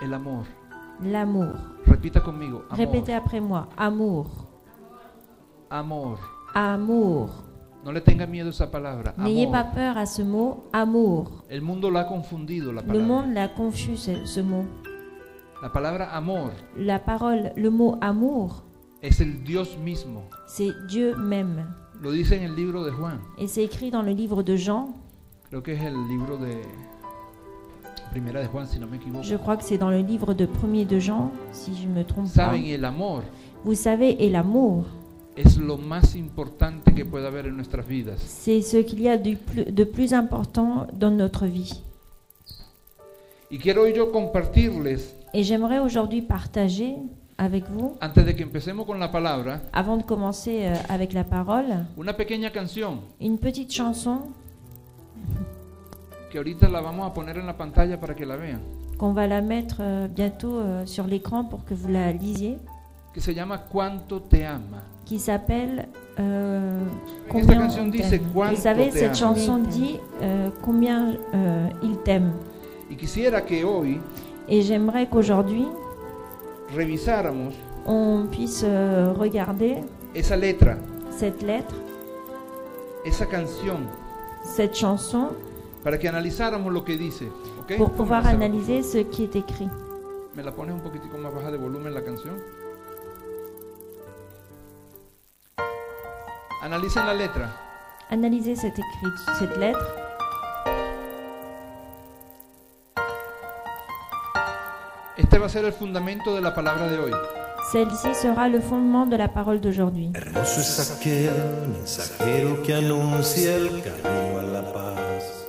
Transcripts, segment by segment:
El amor. L'amour. Repita conmigo. Amor. Répétez après moi. Amour. Amor. Amour. No le tenga miedo a esa palabra. N'ayez Amor. pas peur à ce mot amour. El mundo la ha confundido la Le palabra. monde l'a confus ce, ce mot. La palabra amor La parole, le mot amour, es el Dios mismo. c'est Dieu même. Lo dice en el libro de Juan. Et c'est écrit dans le livre de Jean, Creo que es el libro de Primera de Juan, si no me equivoco. je crois que c'est dans le livre de 1er de Jean, si je ne me trompe pas. Saben, el amor Vous savez, et l'amour, es lo más importante que pueda haber en nuestras vidas. c'est ce qu'il y a du plus- de plus important dans notre vie. Y quiero yo compartirles, Et j'aimerais aujourd'hui partager avec vous, antes de que empecemos con la palabra, avant de commencer euh, avec la parole, una pequeña canción une petite chanson que ahorita la vamos a poner en la pantalla para que la vean, qu'on va la mettre euh, bientôt euh, sur l'écran pour que vous la lisiez, que se llama Cuánto te ama. qui s'appelle euh, En esta Combien canción on dice t'aime. cuánto Vous savez, te cette amo. chanson dit euh, combien euh, il t'aime. Y quisiera que hoy Et j'aimerais qu'aujourd'hui, revisáramos on puisse euh, regarder esa letra, cette lettre, esa canción, cette chanson, para que analizáramos lo que dice. ¿ok? pour pouvoir Vamos a- analyser ce qui est écrit. ¿Me la pones un poquitico más baja de volumen la canción? Analicen la letra. Analyser cette, écrit- cette lettre. Este va a ser el fundamento de la palabra de hoy. Celle-ci sera le fondement de la parole d'aujourd'hui. Hermoso es aquel mensajero que anuncia el camino a la paz,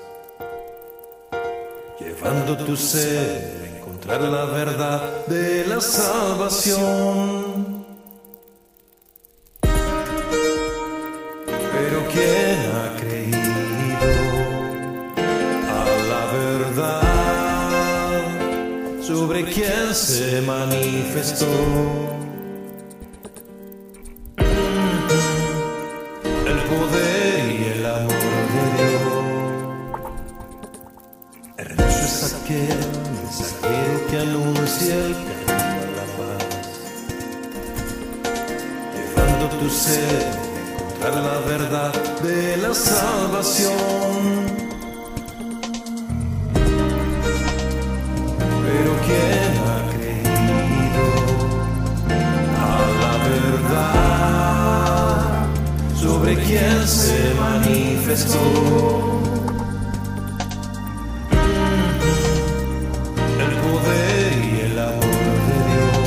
llevando tu sed a encontrar la verdad de la salvación. Pero ¿quién ha creído a la verdad sobre quién se manifestó? el poder y el amor de Dios. Hermoso es aquel mensajero que anuncia el camino a la paz, llevando tu ser a encontrar la verdad de la salvación. Pero quién ha creído a la verdad sobre quien se manifestó. El poder y el amor de Dios.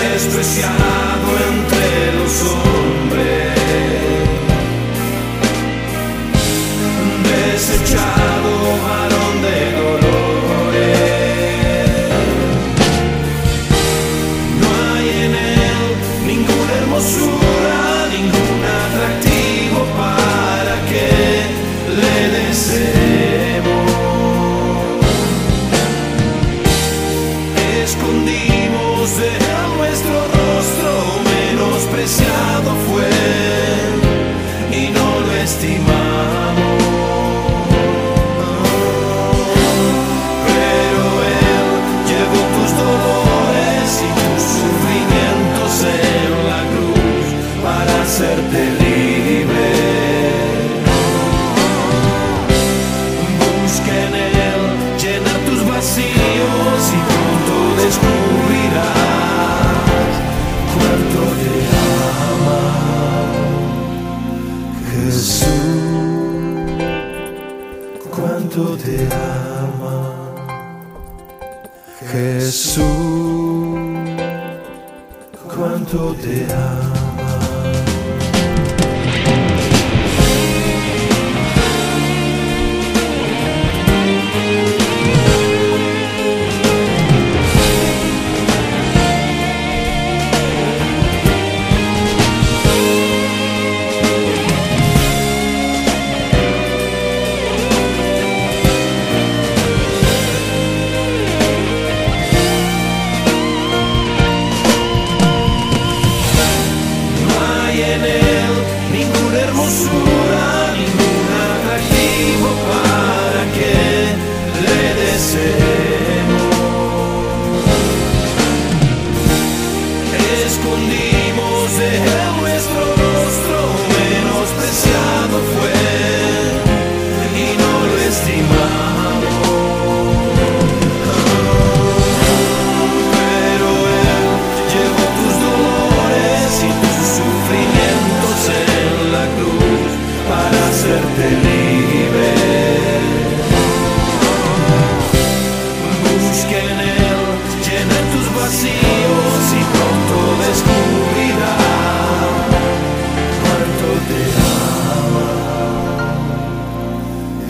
Despreciado entre los hombres. Desechado varón de No hay en él ninguna hermosura, ningún atractivo para que le deseemos. Escondimos de él nuestro rostro, menospreciado fue y no lo estimamos. Pero Él llevó tus dolores y tus sufrimientos en la cruz para hacerte libre. Busca en Él, llena tus vacíos y pronto descubrirás cuánto te ama Jesús. Cuánto te ama. Jesús, cuánto te ama.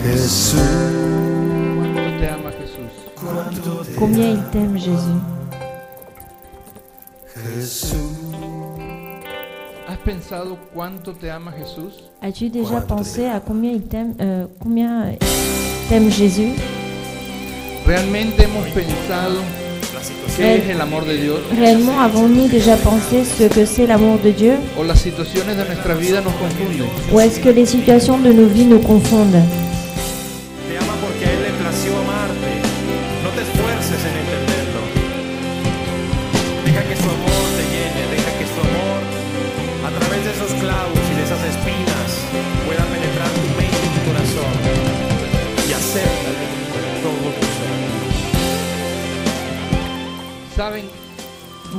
Jesús. ¿Cuánto te ama Jesús? Cuánto te Combien il t'aime, Jésus Jesús. ¿Has pensado cuánto te ama Jesús? As-tu déjà Cuánto pensé te à combien il t'aime euh, Combien t'aime Jésus ¿Realmente hemos pensado qué es el amor de Dios? Réellement, avons-nous déjà pensé ce que c'est l'amour de Dieu ¿O las situaciones de nuestra vida nos confunden? Ou est-ce que les situations de nos vies nous confondent Te ama porque a Él le plació amarte. No te esfuerces en entenderlo. Deja que su amor te llene, deja que su amor, a través de esos clavos y de esas espinas, pueda penetrar tu mente y tu corazón. Y acéptale con todo tu ser. ¿Saben?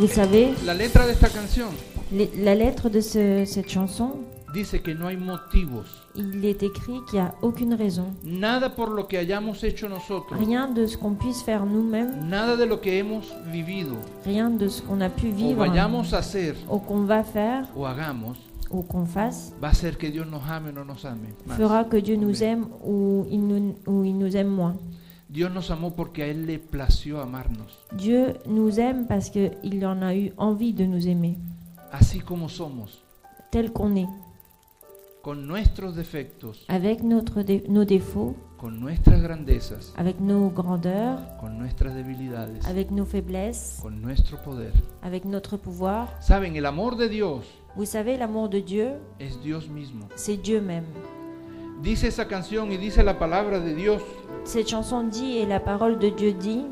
Vous savez, La letra de esta canción les- la lettre de ce- cette chanson, dice que no hay motivos. il est écrit qu'il n'y a aucune raison. Nada por lo que hayamos hecho nosotros. Rien de ce qu'on puisse faire nous-mêmes, Nada de lo que hemos vivido rien de ce qu'on a pu o vivre, vayamos a hacer ou qu'on va faire, o hagamos ou qu'on fasse, va a hacer que Dios nos ame o no nos ame. más. fera que Dieu nous aime ou il nous, ou il nous aime moins. Dios nos amó porque a Él le plació amarnos, Dieu nous aime parce qu'il en a eu envie de nous aimer, así como somos, tel qu'on est, con nuestros defectos, avec notre dé- nos défauts, con nuestras grandezas, avec nos grandeurs, con nuestras debilidades, avec nos faiblesses, con nuestro poder. avec notre pouvoir. Saben, el amor de Dios Vous savez, l'amour de Dieu, es Dios mismo. c'est Dieu même. Dice esa canción y dice la palabra de Dios Cette chanson dit, et la parole de Dieu dit,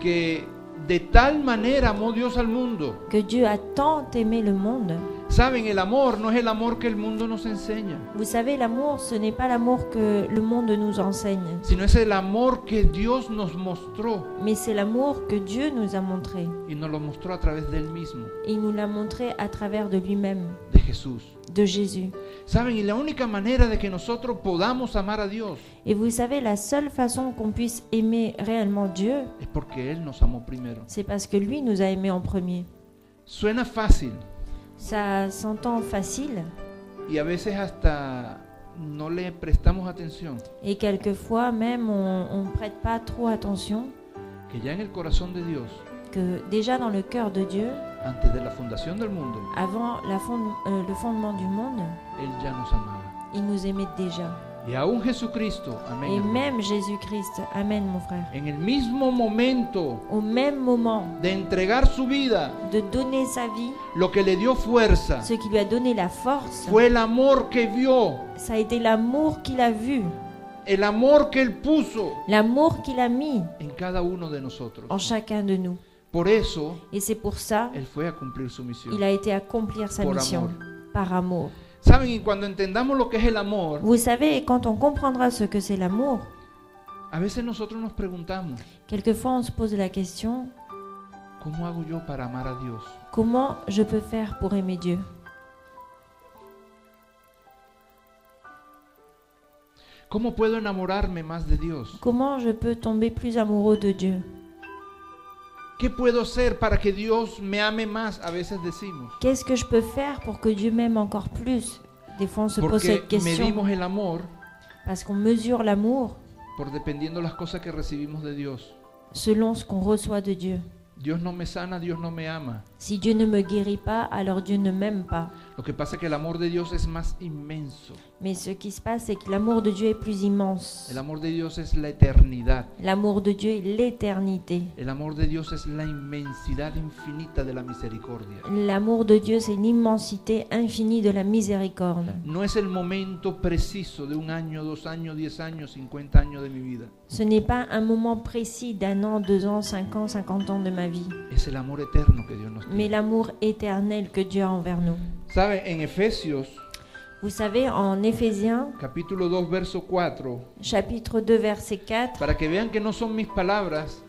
que de tal manera amó Dios al mundo. que Dieu a tant aimé le monde. Saben, el amor no es el amor que el mundo nos enseña, Vous savez, l'amour, ce n'est pas l'amour que le monde nous enseigne, sino es el amor que Dios nos mostró mais c'est l'amour que Dieu nous a montré. y nos lo mostró a través de Él mismo, Et il nous l'a montré à travers de lui-même, de Jesús. de Jésus. Saben, y la única manera de que nosotros podamos amar a Dios Et vous savez, la seule façon qu'on puisse aimer réellement Dieu, es porque Él nos amó primero. c'est parce que lui nous a aimés en premier. Suena fácil Ça s'entend facile, y a veces hasta no le prestamos atención, et quelquefois même on ne prête pas trop attention que ya en el corazón de Dios, que déjà dans le cœur de Dieu, antes de la fundación del mundo, avant la fond- euh, le fondement du monde, Él ya nos amaba. il nous aimait déjà. Y aún Jesucristo, amén. Et hermano, même Jésus-Christ, Amen mon frère, En el mismo momento au même moment de entregar su vida, de donner sa vie, lo que le dio fuerza ce qui lui a donné la force, fue el amor que vio, ça a été l'amour qu'il a vu, el amor que Él puso l'amour qu'il a mis en cada uno de en nosotros. chacun de nous. Por eso Et c'est pour ça Él fue a cumplir su misión. il a été accomplir sa Por mission amour. par amour. Saben, y cuando entendamos lo que es el amor, Vous savez, quand on comprendra ce que c'est l'amour, a veces nosotros nos preguntamos, quelquefois on se pose la question, ¿cómo hago yo para amar a Dios? comment je peux faire pour aimer Dieu ¿Cómo puedo enamorarme más de Dios? Comment je peux tomber plus amoureux de Dieu ¿Qué puedo hacer para que Dios me ame más? A veces decimos, Qu'est-ce que je peux faire pour que Dieu m'aime encore plus Des fois on se pose porque cette question medimos el amor parce qu'on mesure l'amour por dependiendo las cosas que recibimos de Dios. selon ce qu'on reçoit de Dieu. Dios no me sana, Dios no me ama. Si Dieu ne me guérit pas, alors Dieu ne m'aime pas. Lo que pasa es que el amor de Dios es más inmenso. Mais ce qui se passe, c'est que l'amour de Dieu est plus immense. El amor de Dios es la eternidad. L'amour de Dieu est l'éternité. El amor de Dios es la inmensidad infinita de la misericordia. L'amour de Dieu, c'est l'immensité infinie de la miséricorde. No es el momento preciso de un año, dos años, diez años, cincuenta años de mi vida. Ce n'est pas un moment précis d'un an, deux ans, cinq ans, cinquante ans de ma vie, Es el amor eterno que Dios nos mais tiene. l'amour éternel que Dieu a envers nous. ¿Sabe? En Efesios, Vous savez, en Éphésiens, capítulo 2, verso 4, chapitre 2, verset 4, para que vean que no son mis palabras,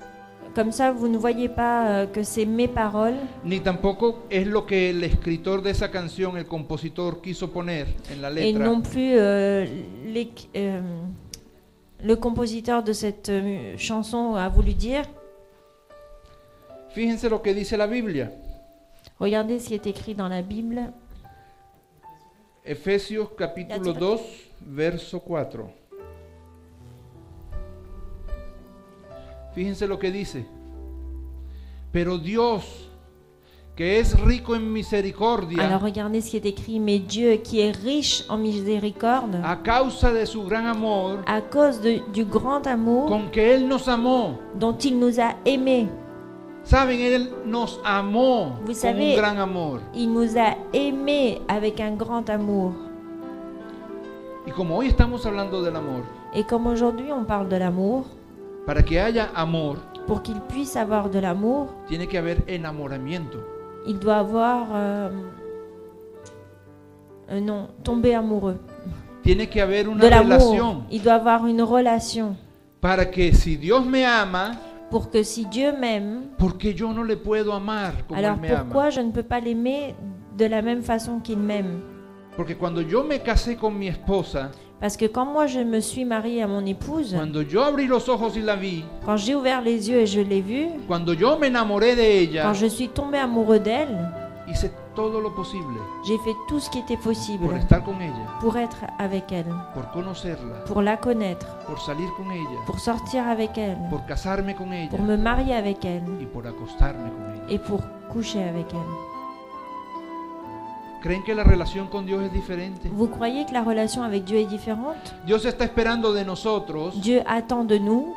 comme ça, vous ne voyez pas euh, que c'est mes paroles, ni tampoco es lo que el escritor de esa canción, el compositor, quiso poner en la et letra. non plus euh, les- euh, le compositeur de cette euh, chanson a voulu dire. Fíjense lo que dice la Biblia. Regardez ce qui est écrit dans la Bible, Efesios capítulo Ya, 2, verso 4. Fíjense lo que dice. Pero Dios, que es rico en Alors misericordia, regardez ce qui est écrit, mais Dieu qui est riche en miséricorde, a causa de su gran amor, à cause de- du grand amour con que Él nos amó. dont il nous a aimés, Saben, Él nos amó Vous con un savez- gran amor. il nous a aimés avec un grand amour. Y como hoy estamos hablando del amor, Et comme aujourd'hui on parle de l'amour, para que haya amor, pour qu'il puisse avoir de l'amour, tiene que haber enamoramiento. il doit avoir... euh, euh, non, tomber amoureux. Tiene que haber De una l'amour, relación il doit avoir une relation. para que si Dios me ama, Pour que si Dieu m'aime, ¿por qué yo no le puedo amar como alors Él me ama? pourquoi je ne peux pas l'aimer de la même façon qu'il m'aime Porque cuando yo me casé con mi esposa, Parce que quand moi je me suis mariée à mon épouse, cuando yo abrí los ojos y la vi, quand j'ai ouvert les yeux et je l'ai vue, cuando yo me enamoré de ella, quand je suis tombée amoureuse d'elle, hice todo lo posible j'ai fait tout ce qui était por possible estar con ella, pour être avec elle, por conocerla, pour la connaître, por salir con ella, pour sortir avec elle, por casarme con pour ella me marier avec elle y por acostarme con ella. et pour coucher avec elle. ¿Creen que la relación con Dios es diferente? Vous croyez que la relation avec Dieu est différente Dios está esperando de nosotros Dieu attend de nous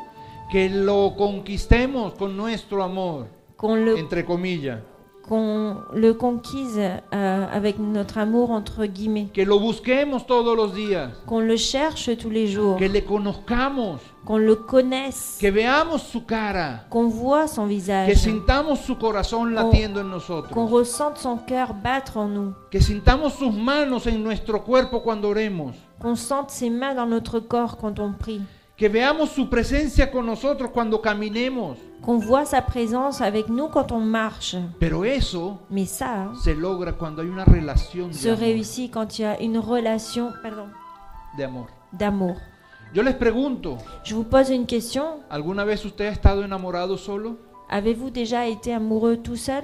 que lo conquistemos con nuestro amor, qu'on le entre comillas, qu'on le conquise euh, avec notre amour entre guillemets, que lo busquemos todos los días, qu'on le cherche tous les jours, que le conozcamos, qu'on le connaisse, que veamos su cara, qu'on voit son que visage, sintamos su corazón latiendo en qu'on nosotros, ressente son cœur battre en nous, que sintamos sus manos en nuestro cuerpo cuando oremos, qu'on sente ses mains dans notre corps quand on prie, que veamos su presencia con nosotros cuando caminemos. qu'on voit sa présence avec nous quand on marche. Pero eso Mais ça hein, se logra cuando hay una relación se de amor. réussit quand il y a une relation pardon, de amor. d'amour. Yo les pregunto, Je vous pose une question. ¿alguna vez usted ha estado enamorado solo? Avez-vous déjà été amoureux tout seul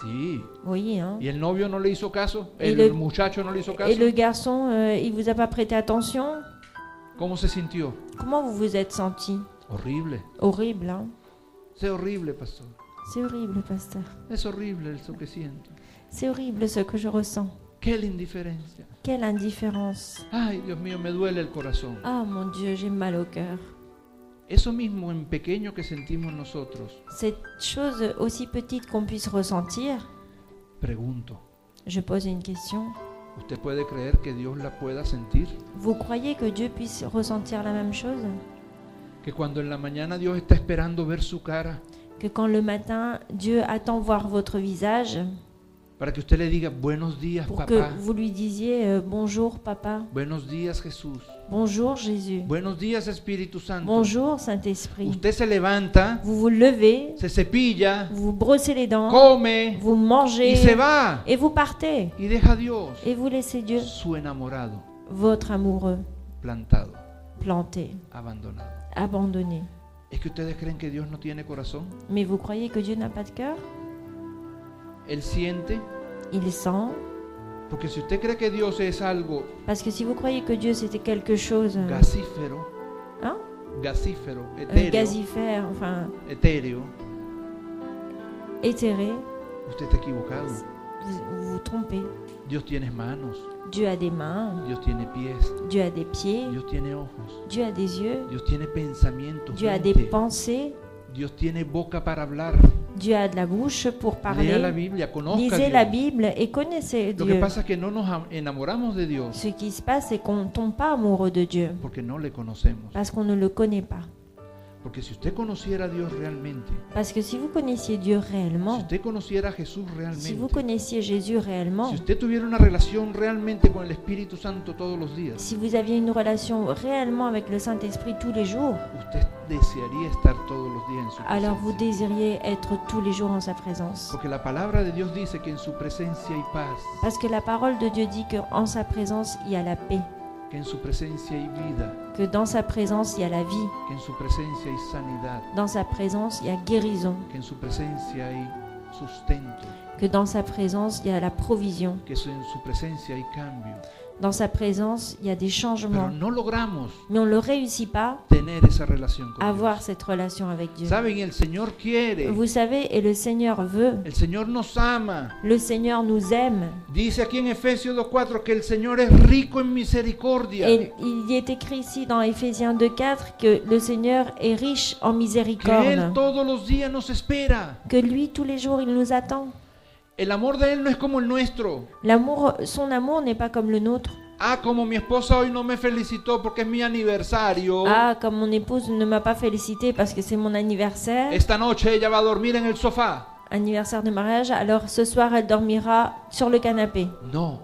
Sí. Oui, hein. ¿Y el novio no le hizo caso? Y ¿El le- muchacho no le hizo caso? Et le garçon, euh, il vous a pas prêté attention ¿Cómo se sintió? Comment vous vous êtes senti Horrible. Horrible, hein Es horrible, pastor. C'est horrible, pasteur. Es horrible eso que siento. C'est horrible ce que je ressens. Qué la indiferencia. Quelle indifférence. Ay, Dios mío, me duele el corazón. Ah mon Dieu, j'ai mal au cœur. Eso mismo en pequeño que sentimos nosotros. Cette chose aussi petite qu'on puisse ressentir, Pregunto, je pose une question. ¿usted puede creer que Dios la pueda sentir? Vous croyez que Dieu puisse ressentir la même chose Que cuando en la mañana Dios está esperando ver su cara Que quand le matin, Dieu attend voir votre visage para que usted le diga buenos días, pour papá. que vous lui disiez euh, bonjour papa, Buenos días, Jesús. bonjour Jésus, Buenos días, Espíritu Santo. bonjour Saint-Esprit. Usted se levanta, Vous vous levez, se cepilla, vous vous brossez les dents, come vous y mangez se va et vous partez. y deja a Dios, Et vous laissez Dieu, su enamorado, votre amoureux, plantado, planté, abandonado. abandonné. ¿Es que ustedes creen que Dios no tiene corazón? Mais vous croyez que Dieu n'a pas de cœur Él siente, Il sent. porque si usted cree que Dios es algo Parce que si vous croyez que Dieu c'était quelque chose, euh, gasífero, hein, gasífero, euh, etéreo, gazifère, enfin etéreo, éthéré, usted está equivocado. vous vous, vous trompez. Dios tiene manos, Dieu a des mains, Dios tiene pies, Dieu a des pieds, Dios tiene ojos, Dieu a des yeux, Dios tiene pensamientos, Dieu a des mente, pensées, Dios tiene boca para hablar. Dieu a de la bouche pour Lea la parler. Biblia, conozca a Lisez la Dios. Bible et connaissez Lo que Dieu. pasa es que no nos am- enamoramos de Dios Ce qui se passe, c'est qu'on ne tombe pas amoureux de Dieu porque no le conocemos. parce qu'on ne le connaît pas. Porque si usted conociera a Dios realmente, Parce que si vous connaissiez Dieu si réellement, usted conociera a Jesús si vous realmente, connaissiez Jésus réellement, si usted tuviera una relación realmente con el Espíritu Santo todos los días, si vous aviez une relation réellement avec le Saint-Esprit tous les jours, usted desearía estar todos los días en su alors vous presencia. désiriez être tous les jours en sa présence. Porque la palabra de Dios dice que en su presencia hay paz, Parce que la parole de Dieu dit qu'en sa présence, il y a la paix, que en su presencia hay vida, que dans sa présence, il y a la vie, que en su presencia hay sanidad, dans sa présence, il y a guérison, que en su presencia hay sustento, que dans sa présence, il y a la provision, que en su presencia hay cambio, dans sa présence, il y a des changements. Pero no logramos Mais on ne le réussit pas tener esa relación con à Dios. avoir cette relation avec Dieu. Saben, el Señor quiere. Vous savez, et le Seigneur veut, El Señor nos ama. le Seigneur nous aime. Dice aquí en Efesios 2.4 que el Señor es rico en misericordia. Et il y est écrit ici dans Ephésiens 2.4 que le Seigneur est riche en Que Él miséricorde, todos los días nos espera. que lui tous les jours il nous attend. El amor de Él no es como el nuestro. L'amour, son amour n'est pas comme le nôtre. Ah, como mi esposa hoy no me felicitó porque es mi aniversario. Ah, comme mon épouse ne m'a pas félicité parce que c'est mon anniversaire, Esta noche ella va a dormir en el sofá. anniversaire de mariage, alors ce soir elle dormira sur le canapé. No,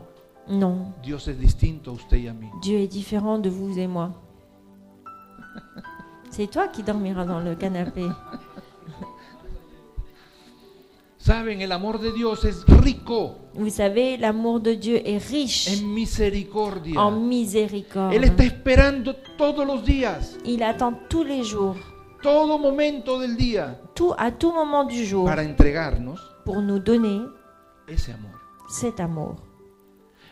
Non, Dios es distinto a usted y a mí. Dieu est différent de vous et moi. C'est toi qui dormiras dans le canapé. Saben, el amor de Dios es rico Vous savez, l'amour de Dieu est riche en misericordia. en miséricorde. Él está esperando todos los días, Il attend tous les jours, todo momento del día, tout à tout moment du jour, para entregarnos pour nous donner ese amor. cet amour.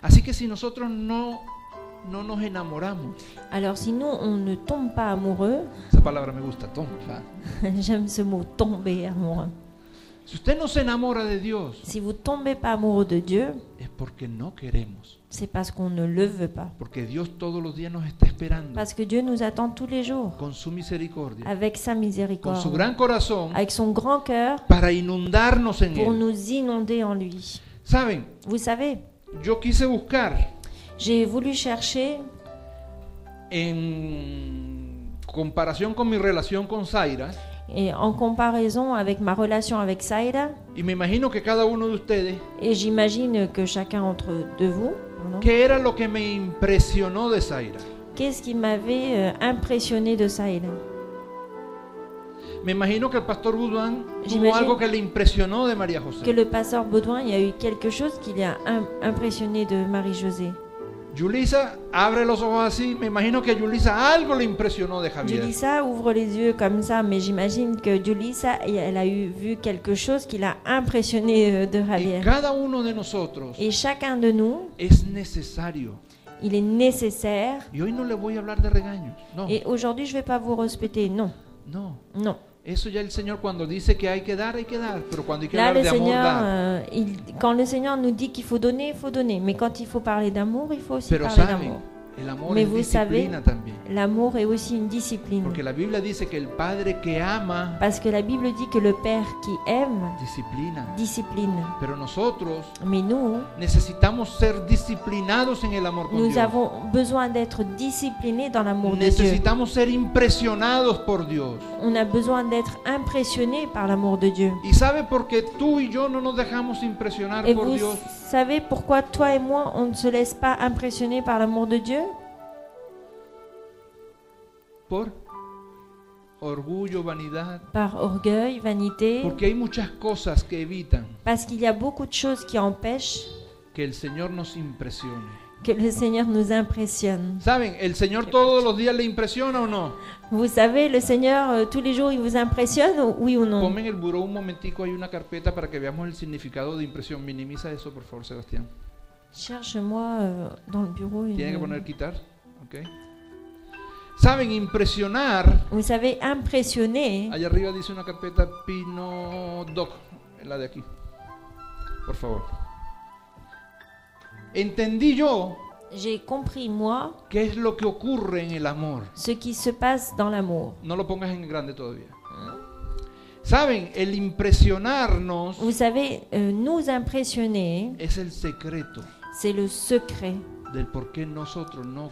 Así que si nosotros no, no nos enamoramos, Alors si nous, on ne tombe pas amoureux, esa palabra me gusta, tonfa. j'aime ce mot tomber amoureux, Si usted no se enamora de Dios, si vous tombez pas amoureux de Dieu, es porque no queremos. c'est parce qu'on ne le veut pas. Porque Dios todos los días nos está esperando Parce que Dieu nous attend tous les jours, con su misericordia, avec sa con su miséricorde, gran corazón, avec son grand cœur, para inundarnos en pour Él. nous inonder en lui. Saben, Vous savez, yo quise buscar j'ai voulu chercher, en comparación con mi relación con Zaira, et en comparaison avec ma relation avec Saïda, y me imagino que cada uno de ustedes, et j'imagine que chacun entre de vous, pardon, ¿qué era lo que me impresionó de Zaira? Qu'est-ce qui m'avait euh, impressionné de Sahel Me imagino que el pastor Guzmán tuvo Imagino- algo que le impresionó de María Que José. le pasteur Baudouin, il y a eu quelque chose qui l'a im- impressionné de Marie-Josée. Yulisa abre los ojos así, me imagino que a Yulisa algo le impresionó de Javier. Julissa ouvre les yeux comme ça, mais j'imagine que Julissa, elle a eu vu quelque chose qui l'a impressionné euh, de Y Javier. cada uno de nosotros Et chacun de nous, es necesario. il est nécessaire. Y hoy no le voy a hablar de regaños, no, Et aujourd'hui, je vais pas vous respecter. Non, no. non. Eso ya el Señor cuando dice que hay que dar, hay que dar, pero cuando hay que Là, hablar le de amor, Seigneur, da. euh, il- quand le Seigneur nous dit qu'il faut donner, il faut donner. Mais quand il faut parler d'amour, il faut aussi Pero parler saben, d'amour. el amor Mais es vous disciplina savez- también. L'amour est aussi une discipline. Porque la Biblia dice que el padre que ama, Parce que la Bible dit que le Père qui aime disciplina. discipline. Pero nosotros Mais nous, necesitamos ser disciplinados en el amor con nous Dios. avons besoin d'être disciplinés dans l'amour de Dieu. Necesitamos ser impresionados por Dios. On a besoin d'être impressionnés par l'amour de Dieu. Y sabe por qué tú y yo no nos dejamos impresionar Et por vous Dios, savez pourquoi toi et moi, on ne se laisse pas impressionner par l'amour de Dieu por orgullo, vanidad, Par orgueil, vanité. porque hay muchas cosas que evitan Parce qu'il y a beaucoup de choses qui empêchent que el Señor nos impresione. que le Seigneur nous impressionne. ¿Saben? ¿El Señor todos los días le impresiona o no? Vous savez, le Seigneur, euh, tous les jours, il vous impressionne, ou- oui ou non Ponme en el buró un momentico, hay una carpeta para que veamos el significado de impresión. Minimiza eso, por favor, Sebastián. Cherche-moi euh, dans le bureau une... Tiene que poner quitar, ¿ok? ¿Saben? Impresionar, Vous savez, impressionner. allá arriba dice una carpeta Pino Doc, la de aquí. Por favor. Entendí yo J'ai compris, moi, qué es lo que ocurre en el amor. ce qui se passe dans l'amour. No lo pongas en grande todavía. ¿eh? ¿Saben? El impresionarnos Vous savez, euh, nous impressionner, es el secreto c'est le secret del por qué nosotros no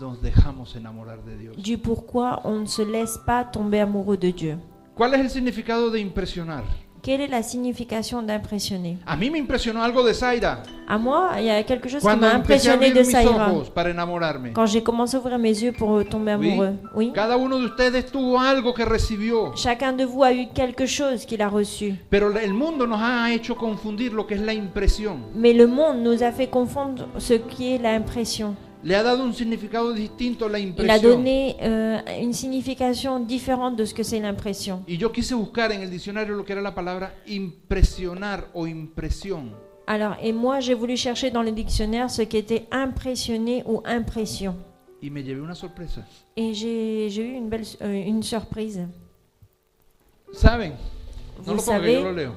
nos dejamos enamorar de Dios. du pourquoi on ne se laisse pas tomber amoureux de Dieu. ¿Cuál es el significado de impresionar? Quelle est la signification d'impressionner A mí me impresionó algo de Zaira À moi, il y a quelque chose qui cuando m'a empecé a impressionné abrir de mis Saïra. ojos para enamorarme. Quand j'ai commencé à ouvrir mes yeux pour euh, tomber Oui. amoureux. Oui. Cada uno de ustedes tuvo algo que recibió, Chacun de vous a eu quelque chose qu'il a reçu. pero la- el mundo nos ha hecho confundir lo que es la impresión. Mais le monde nous a fait confondre ce qui est l'impression. Le ha dado un significado distinto a la Il a impresión. donné euh, une signification différente de ce que c'est l'impression. Y yo quise buscar en el diccionario lo que era la palabra impresionar o impresión. Alors, et moi, j'ai voulu chercher dans le dictionnaire ce qui était impressionné ou impression. y me llevé una sorpresa. Et j'ai j'ai eu une belle su- euh, une surprise. ¿Saben? No Vous lo pongan, que yo lo savez, leo.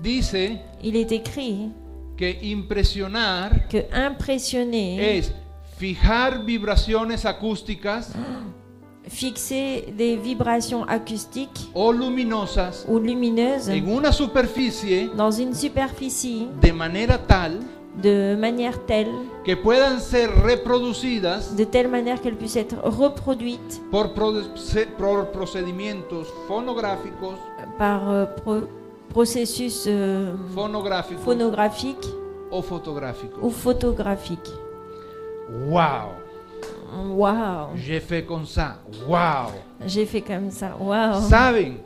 Dice il est écrit que impresionar que impressionner, es fijar vibraciones acústicas fixer des vibrations acoustiques o luminosas ou lumineuses en una superficie dans une superficie de manera tal de manière telle, que puedan ser reproducidas de telle manière qu'elles puissent être reproduites por, proce- por procedimientos fonográficos, par euh, pro- processus euh, fonográficos phonographique o fotográficos. ou photographique. Wow, Waouh, j'ai fait comme ça. Wow. j'ai fait comme ça. Waouh. Saben,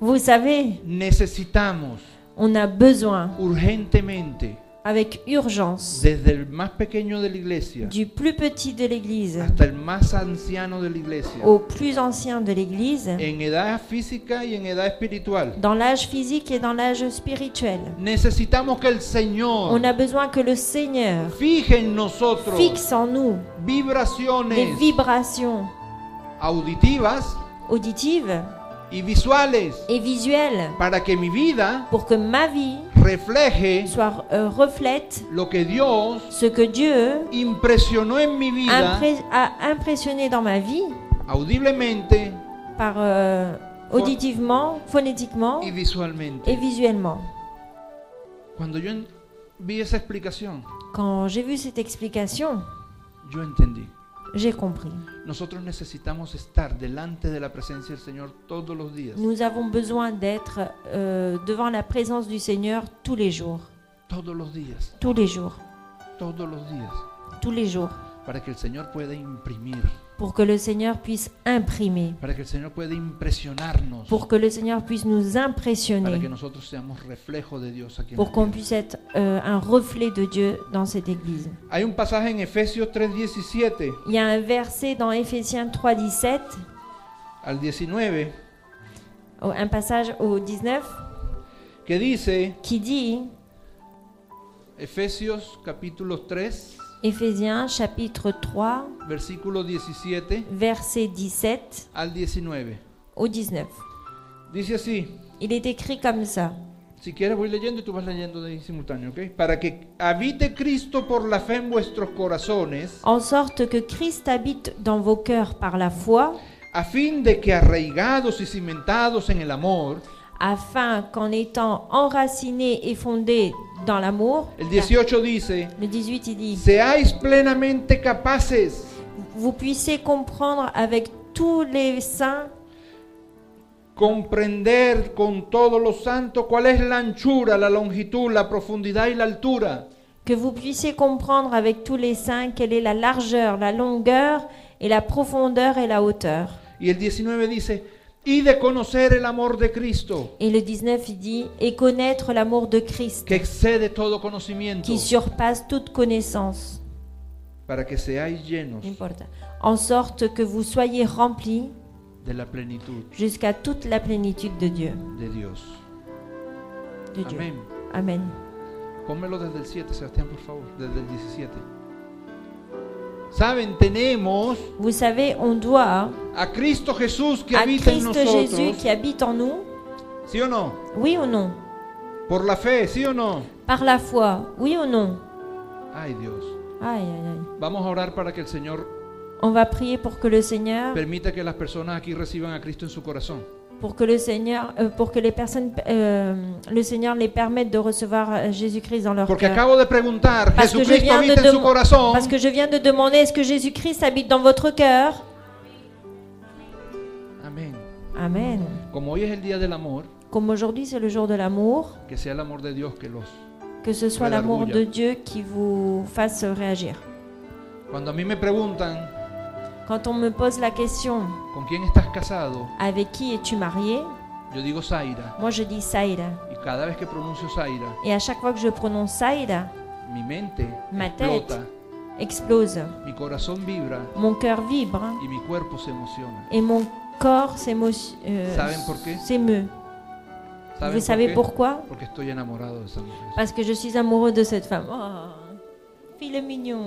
Vous savez, necesitamos on a besoin urgentemente avec urgence desde el más pequeño de la iglesia du plus petit de l'Église hasta el más anciano de la iglesia, au plus ancien de l'Église, en edad física y en edad espiritual. dans l'âge physique et dans l'âge spirituel. Necesitamos que el On Señor a besoin que le Seigneur fije en nosotros fixe en nous des vibraciones vibrations auditivas auditives y visuales et visuelles para que mi vida pour que ma vie refleje soit euh, reflète lo que Dios ce que Dieu impresionó en mi vida impré- a impressionné dans ma vie audiblemente par euh, auditivement, phonétiquement y et visualmente. visuellement. Cuando yo en- vi esa explicación, Quand j'ai vu cette explication, yo entendí. j'ai compris. Nosotros necesitamos estar delante de la presencia del Señor todos los días. Nous avons besoin d'être euh, devant la présence du Seigneur tous les jours, Todos los días, tous les jours, todos los días. tous les jours, Para que el Señor pueda imprimir, pour que le Seigneur puisse imprimer, para que el Señor pueda impresionarnos, pour que le Seigneur puisse nous para que impressionner, nosotros seamos reflejo de Dios aquí en pour la qu'on tierra. puisse être euh, un reflet de Dieu dans cette Église. Hay un pasaje en Efesios 3:17 Il y a un verset dans Éphésiens 3.17, al 19 au- un passage au 19, que dice qui dit, Efesios capítulo 3, Éphésiens chapitre 3, versículo 17 verset 17 al 19. au 19. Dice así, Il est écrit comme ça. si quieres voy leyendo y tú vas leyendo de ahí simultáneo, ¿ok? Para que habite Cristo por la fe en vuestros corazones, en sorte que Christ habite dans vos cœurs par la foi, a fin de que arraigados y cimentados en el amor, afin qu'en étant enracinés et fondés dans l'amour, el 18 dice, le 18 il dit, seáis plenamente capaces vous puissiez comprendre avec tous les saints comprender con todos los santos cuál es la anchura, la longitud, la profundidad y la altura, que vous puissiez comprendre avec tous les saints quelle est la largeur, la longueur et la profondeur et la hauteur. Y el 19 dice, y de conocer el amor de Cristo, Et le 19 il dit, et connaître l'amour de Christ que excede todo conocimiento, qui surpasse toute connaissance, para que seáis llenos N'importe. en sorte que vous soyez remplis de la plenitud jusqu'à toute la plénitude de Dieu. de Dios. de Dieu. Amén. Amen. Pónmelo desde el 7, Sebastián, por favor, desde el 17. Saben, tenemos Vous savez, on doit hein, a Cristo Jesús que à habita en Christ Jésus nosotros. qui habite en nous, ¿Sí o no? oui ou non Por la fe, ¿sí o no? Par la foi, oui ou non Ay Dios. Aïe, aïe, aïe. Vamos a orar para que el Señor On va prier pour que le Seigneur, permita que las personas aquí reciban a Cristo en su corazón. pour que le Seigneur, euh, pour que les personnes, euh, le Seigneur les permette de recevoir euh, Jésus-Christ dans leur Porque cœur. acabo de preguntar, Parce que, je ¿Jesucristo viens de habita en su dem- corazón? parce que je viens de demander, est-ce que Jésus-Christ habite dans votre cœur Amén. Amen. Como hoy es el día del amor, Comme aujourd'hui c'est le jour de l'amour, que sea el amor de Dios que los. que ce soit Plein l'amour de d'argouille. Dieu qui vous fasse réagir. Cuando a mí me preguntan, Quand on me pose la question ¿con quién estás casado? avec qui es-tu marié Yo digo Zaira. Moi je dis Saïda. Y cada vez que pronuncio Zaira, Et à chaque fois que je prononce Saïda, mi mente Ma explota, explose. mi corazón vibra Mon cœur vibre hein. y mi cuerpo se emociona. et mon corps s'émo- euh, Saben por qué s'émeut. ¿Saben Vous por savez qué? pourquoi Porque estoy enamorado de esa mujer. Parce que je suis amoureux de cette femme. Oh, filet mignon.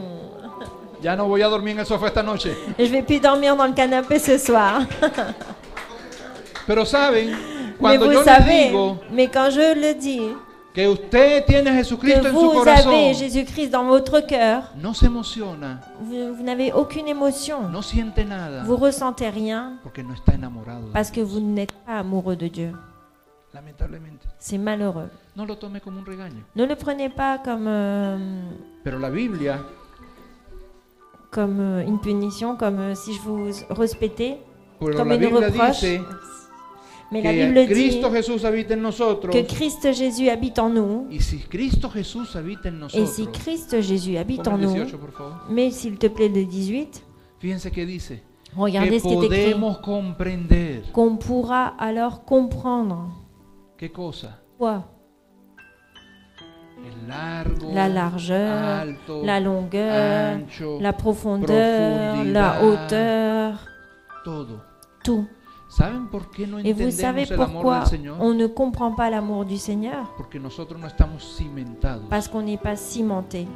Ya no voy a dormir en el sofá esta noche. Je vais plus dormir dans le canapé ce soir. Pero saben, Mais cuando vous yo les savez, digo mais quand je le dis, que usted tiene a Jesucristo que en su vous corazón, avez Jésus-Christ dans votre cœur, no se emociona, vous, vous n'avez aucune émotion. no siente nada, Vous ressentez rien porque no está enamorado. de parce que Jesús. vous n'êtes pas amoureux de Dieu. Lamentablemente. C'est malheureux. No lo tome como un regaño. Ne le prenez pas comme, euh, Pero la Biblia comme euh, une punition, comme euh, si je vous respectais, Pero comme la une Biblia reproche. dice Mais la que Bible dit Cristo Jesús habita en nosotros. que Christ Jésus habite en nous. Y si Cristo Jesús habita en Et nosotros. si Christ Jésus habite Ponme en el nous, 18, por favor. mais s'il te plaît le 18, Fíjense que dice regardez que ce qui est écrit. podemos comprender Qu'on pourra alors comprendre qué cosa, quoi el largo, La largeur, alto, la longueur, ancho, la profondeur, la profondidad. hauteur, todo. tout. ¿Saben por qué no Et vous entendemos savez el amor pourquoi del Señor? on ne comprend pas l'amour du Seigneur Porque nosotros no estamos cimentados. Parce qu'on n'est pas cimenté.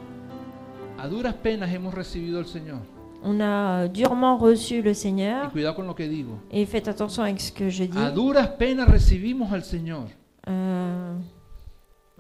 A duras penas hemos recibido al Señor. On a euh, durement reçu le Y Seigneur. cuidado con lo que digo. Et faites attention avec ce que je dis. A duras penas recibimos al Señor. Euh,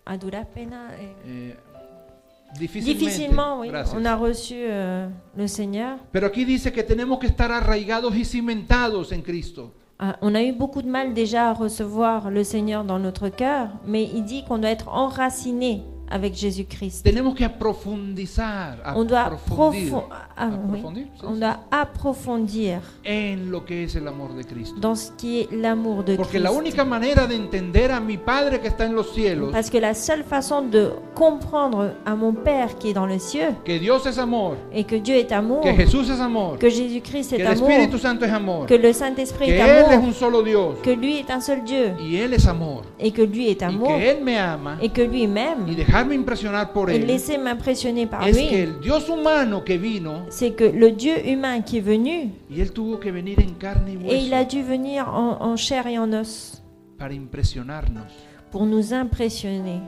à duras penas, euh, Eh, difícilmente. Difficilement, oui. Gracias. On a reçu euh, le Seigneur. Pero aquí dice que tenemos que estar arraigados y cimentados en Cristo. Ah, On a eu beaucoup de mal déjà à recevoir le Seigneur dans notre cœur, mais il dit qu'on doit être enraciné avec Jésus-Christ. Tenemos que profundizar, On doit, aprofundir, profo- ah, oui. Approfondir, sí, On sí. doit approfondir en lo que es el amor de Cristo. dans ce qui est l'amour de Porque la Christ. única manera de entender a mi Padre que está en los cielos, Parce que la seule façon de comprendre à mon Père qui est dans les cieux que Dios es amor, et que Dieu est amour, que Jesús es amor, que Jésus-Christ que est el amour, Espíritu Santo es amor, que que le Saint-Esprit est Él es amour, un solo Dios que lui est un seul Dieu y Él es amor, et que lui est y amour que Él me ama et que lui-même y dejarme impresionar por et Él. laisser m'impressionner par es que lui, el Dios humano que vino c'est que le Dieu humain qui est venu, y él tuvo que venir en carne y et il hueso a dû venir en, en chair et en os para impresionarnos pour nous impressionner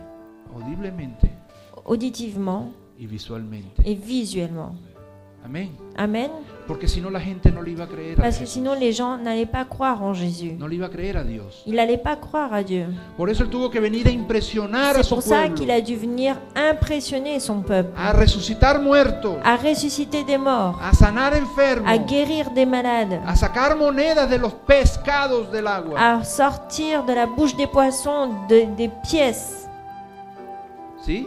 audiblemente auditivement y visualmente. et visuellement. Amén. Amen. Porque si no la gente no le iba a creer a Parce que Jesús, sinon les gens n'allaient pas croire en Jésus. no le iba a creer a Dios. Ils n'allaient pas croire à Dieu. Por eso él tuvo que venir a impresionar a C'est su pour ça qu'il pueblo, a dû venir impressionner son peuple, a resucitar muertos, à ressusciter des morts, a sanar à enfermos, guérir des malades, a sacar monedas de los pescados del agua. à sortir de la bouche des poissons de- des pièces, ¿Sí?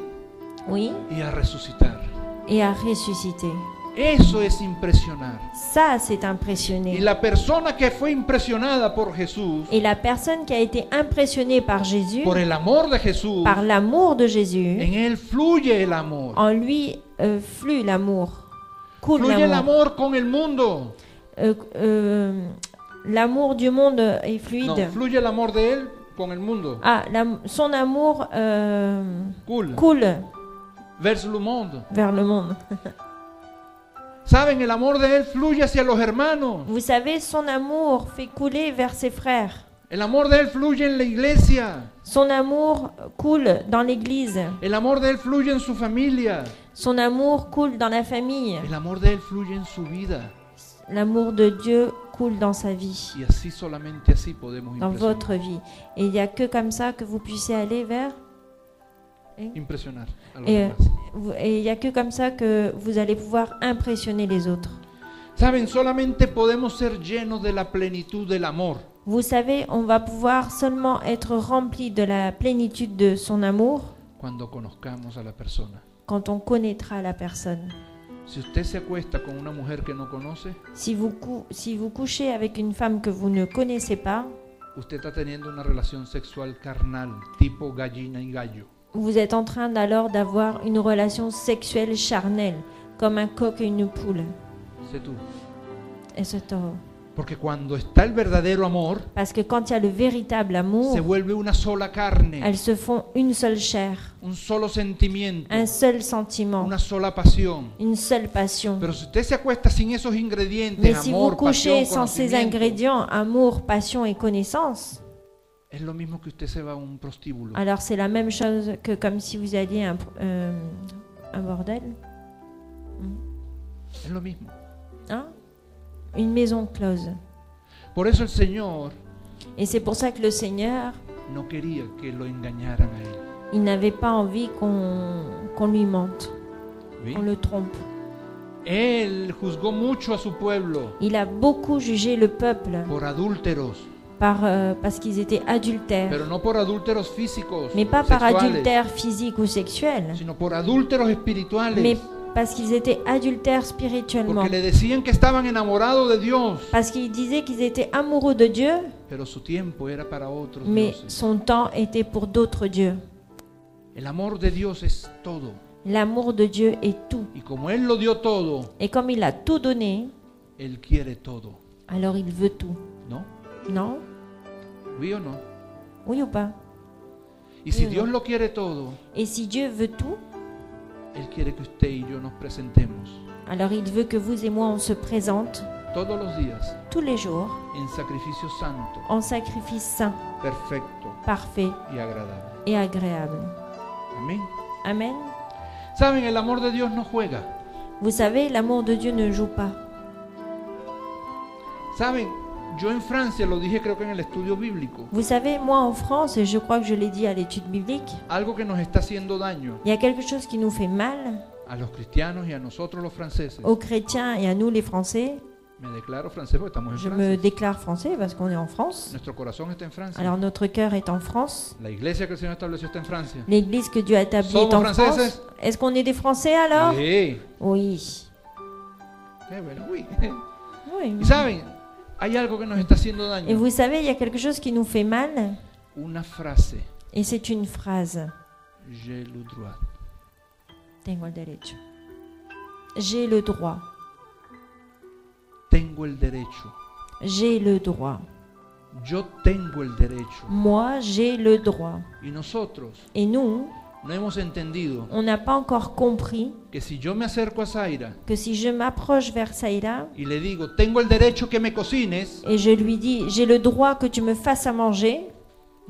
oui, Y a resucitar. et à ressusciter. Eso es impresionar. Ça, c'est Y impressionné. la persona que fue impresionada por Jesús Et la personne qui a été impressionnée par Jésus, por el amor de Jesús, par l'amour de Jésus, en él fluye el amor. en lui euh, flue l'amour, coule Fluye Oh, el l'amour. amor con el mundo. Euh, euh, L'amour du monde est No, fluide. fluye el amor de él con el mundo. Ah, l'am- son amour euh, Cool. coule Vers le mundo. vers le monde. Saben, el amor de él fluye hacia los hermanos. Vous savez, son amour fait couler vers ses frères. El amor de él fluye en la iglesia. Son amour coule dans l'église. El amor de él fluye en su familia. Son amour coule dans la famille. El amor de él fluye en su vida. L'amour de Dieu coule dans sa vie. Y así solamente así podemos dans impresionar. votre vie. Et il n'y a que comme ça que vous puissiez aller vers. Impresionar a los Et demás. vous- et il n'y a que comme ça que vous allez pouvoir impressionner les autres. Saben, solamente podemos ser llenos de la plenitud del amor. Vous savez, on va pouvoir seulement être rempli de la plénitude de son amour cuando conozcamos a la persona. quand on connaîtra la personne. Si usted se acuesta con una mujer que no conoce, Si vous, cou- si vous couchez avec une femme que vous ne connaissez pas, usted está teniendo una relación sexual carnal, tipo gallina y gallo. vous êtes en train d'alors d'avoir une relation sexuelle charnelle, comme un coq et une poule. Sé tú. Et ce taureau. Porque cuando está el verdadero amor, Parce que quand il y a le véritable amour, se vuelve una sola carne, Elles se font une seule chair, un solo sentimiento, un seul sentiment, una sola pasión. une seule passion. Pero si usted se acuesta sin esos ingredientes, Mais si vous amor, pasión, couchez sans ces conocimiento, ingrédients, amour, passion et connaissance, Es lo mismo que usted se va a un prostíbulo. Alors c'est la même chose que comme si vous alliez à un, euh, un bordel, Es lo mismo. hein? une maison close. Por eso el Señor Et c'est pour ça que le Seigneur, no quería que lo engañaran a él. il n'avait pas envie qu'on qu'on lui mente, ¿Ve? qu'on le trompe. Él juzgó mucho a su pueblo Il a beaucoup jugé le peuple por adúlteros, par, euh, parce qu'ils étaient adultères, pero no por adúlteros físicos, mais pas par sexuales, adultère physique ou sexuel, sino por adúlteros mais espirituales, parce qu'ils étaient adultères spirituellement. porque le decían que estaban enamorados de Dios, Parce qu'ils disaient qu'ils étaient amoureux de Dieu, pero su tiempo era para otros mais dioses. son temps était pour d'autres dieux. El amor de Dios es todo, L'amour de Dieu est tout. y como Él lo dio todo, Et comme il a tout donné, Él quiere todo, alors il veut tout. ¿no? Non ¿Sí o no? Oui ou pas Y si Mm. Dios lo quiere todo, Et si Dieu veut tout, Él quiere que usted y yo nos presentemos alors il veut que vous et moi on se présente todos los días tous les jours en sacrificio santo, en sacrifice saint, perfecto parfait y agradable. et agréable. Amén. Amen. Saben, el amor de Dios no juega. Vous savez, l'amour de Dieu ne joue pas. Saben, yo en Francia lo dije creo que en el estudio bíblico, Vous savez, moi en France, et je crois que je l'ai dit à l'étude biblique, algo que nos está haciendo daño il y a quelque chose qui nous fait mal a los cristianos y a nosotros los franceses. aux chrétiens et à nous les Français. Me declaro francés porque estamos en Je Francia. me déclare français parce qu'on est en France. Nuestro corazón está en Francia. Alors notre cœur est en France. La iglesia que el Señor estableció está en Francia. L'église que Dieu a établie Somos est en franceses? hein. France. Est-ce qu'on est des Français alors Sí. Oui. Qué bueno, uy. Oui. Y saben, hay algo que nos está haciendo Et daño. vous savez, il y a quelque chose qui nous fait mal, Una frase. et c'est une phrase. Je le droit. Tengo el derecho. J'ai le droit. Tengo el derecho. J'ai le droit. Yo tengo el derecho. Moi, j'ai le droit. Y nosotros Et nous, no hemos entendido on n'a pas encore compris que si yo me acerco a Zaira que si je m'approche vers Saïla y le digo, tengo el derecho que me cocines, et je lui dis j'ai le droit que tu me fasses à manger,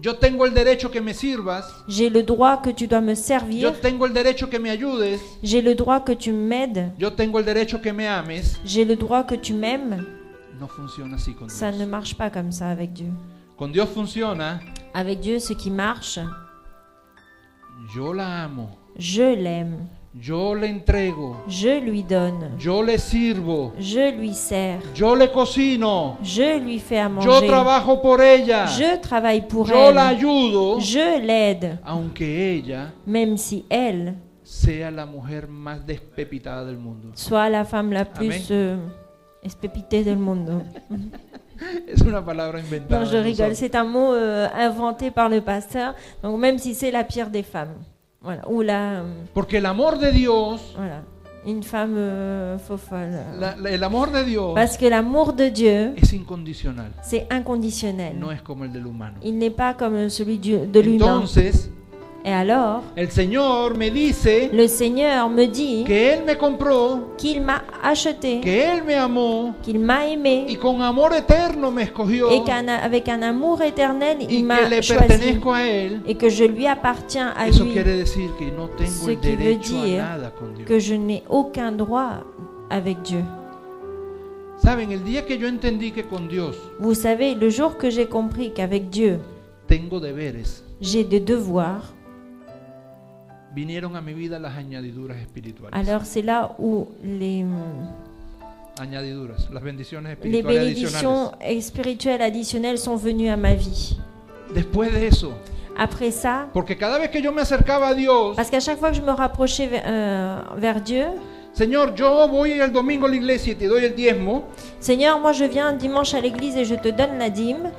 yo tengo el derecho que me sirvas, j'ai le droit que tu dois me servir, yo tengo el derecho que me ayudes, j'ai le droit que tu m'aides, yo tengo el derecho que me ames, j'ai le droit que tu m'aimes, no funciona así con ça ne Dios. marche pas comme ça avec Dieu. Con Dios funciona, Avec Dieu, ce qui marche, yo la amo, je l'aime, yo le entrego, je lui donne, yo le sirvo, je lui sers, yo le cocino, je lui fais à yo manger, trabajo por ella, je travaille pour yo la elle, ayudo, je l'aide, aunque ella même si elle sea la mujer más despepitada del mundo. soit la femme la Amen. plus euh, espépitée du monde. Es una palabra inventada. Non, je de rigole, nosotros. c'est un mot euh, inventé par le pasteur, donc même si c'est la pire des femmes. Voilà, ou la... euh, Porque el amor de Dios, voilà, une femme euh, faux folle. la- la- el amor de Dios Parce que l'amour de Dieu, es incondicional, c'est inconditionnel. no es como el del humano. Il n'est pas comme celui du- de l'humain. Entonces, Et alors, el Señor me dice le Seigneur me dit que Él me compró, qu'il m'a acheté, que Él me amó qu'il m'a y aimé con amor eterno me escogió et qu'avec un amour éternel, y il que m'a le choisi pertenezco a Él. et que je lui appartiens à Eso lui, quiere decir que no tengo Ce el qui veut derecho a dire nada con que Dios. je n'ai aucun droit avec Dieu. Saben, el día que yo entendí que con Dios Vous savez, le jour que j'ai compris qu'avec Dieu, tengo deberes, j'ai des devoirs, vinieron a mi vida las añadiduras espirituales. alors c'est là où les... añadiduras, las bendiciones les espirituales bénédictions adicionales. et spirituelles additionnelles sont venues à ma vie. Después de eso, Après ça, porque cada vez que yo me acercaba a Dios, parce qu'à chaque fois que je me rapprochais ve- euh, vers Dieu, Señor, yo voy el domingo a la iglesia y te doy el diezmo, Seigneur, moi je viens dimanche à l'église et je te donne la dîme,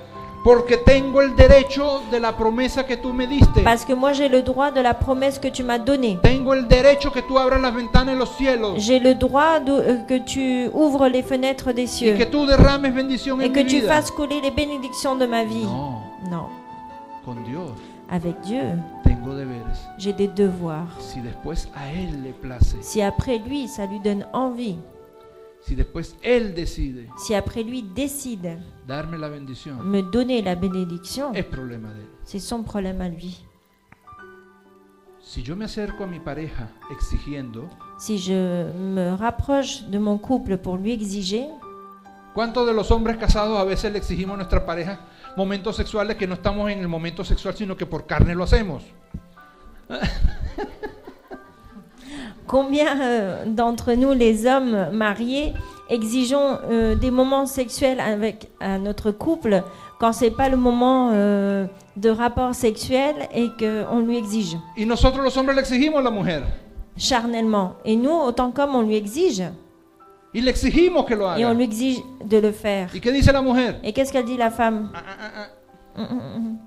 porque tengo el derecho de la promesa que tú me diste. parce que moi j'ai le droit de la promesse que tu m'as donnée. Tengo el derecho que tú abras las ventanas en los cielos J'ai le droit d'ou- euh, que tu ouvres les fenêtres des y cieux que tú derrames bendición et en que mi tu vida. fasses couler les bénédictions de ma vie. No, Non, con Dios avec Dieu, tengo deberes. j'ai des devoirs. Si después a Él le place, Si après lui, ça lui donne envie, si después Él decide Si après lui décide darme la bendición, me donner la bénédiction, es problema de Él. c'est son problème à lui. Si yo me acerco a mi pareja exigiendo, Si je me rapproche de mon couple pour lui exiger, ¿cuántos de los hombres casados a veces le exigimos a nuestra pareja momentos sexuales que no estamos en el momento sexual, sino que por carne lo hacemos? combien euh, d'entre nous, les hommes mariés, exigeons euh, des moments sexuels avec à notre couple quand c'est pas le moment euh, de rapport sexuel et qu'on lui exige Y nosotros los hombres le exigimos a la mujer. charnellement Et nous, autant comme on lui exige, Y le exigimos que lo et on haga. lui exige de le faire. ¿Y qué dice la mujer? Et qu'est-ce qu'elle dit la femme Ah, ah, ah, Hum, hum, hum,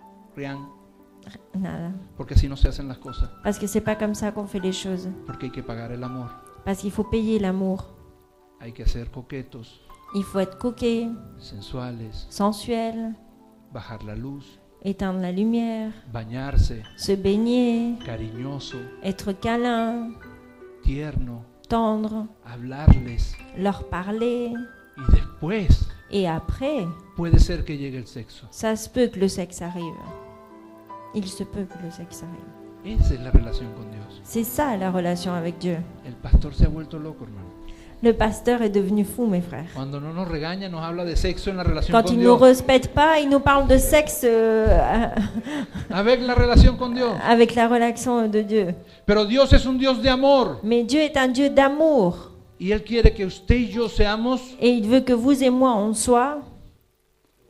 ah. Rian, hum. Nada. porque así no se hacen las cosas. Parce que c'est pas comme ça qu'on fait les choses. Porque hay que pagar el amor. Parce qu'il faut payer l'amour. Hay que ser coquetos, Il faut être coquet, sensuales, sensuel, bajar la luz, éteindre la lumière, bañarse, se baigner, cariñoso, être câlin, tierno, tendre, hablarles. leur parler. Y después Et après, puede ser que llegue el sexo. ça se peut que le sexe arrive. Il se peut que le sexe arrive. Esa es la relación con Dios. C'est ça la relation avec Dieu. El pastor se ha vuelto loco, hermano. Le pasteur est devenu fou, mes frères. Cuando no nos regaña, nos habla de sexo en la relación Quand con il nous Dios. respecte pas, il nous parle de sexe euh, A ver la relación con Dios. avec la relation de Dieu. Pero Dios es un Dios de amor. Mais Dieu est un Dieu d'amour. Y Él quiere que usted y yo seamos Et il veut que vous et moi, on soit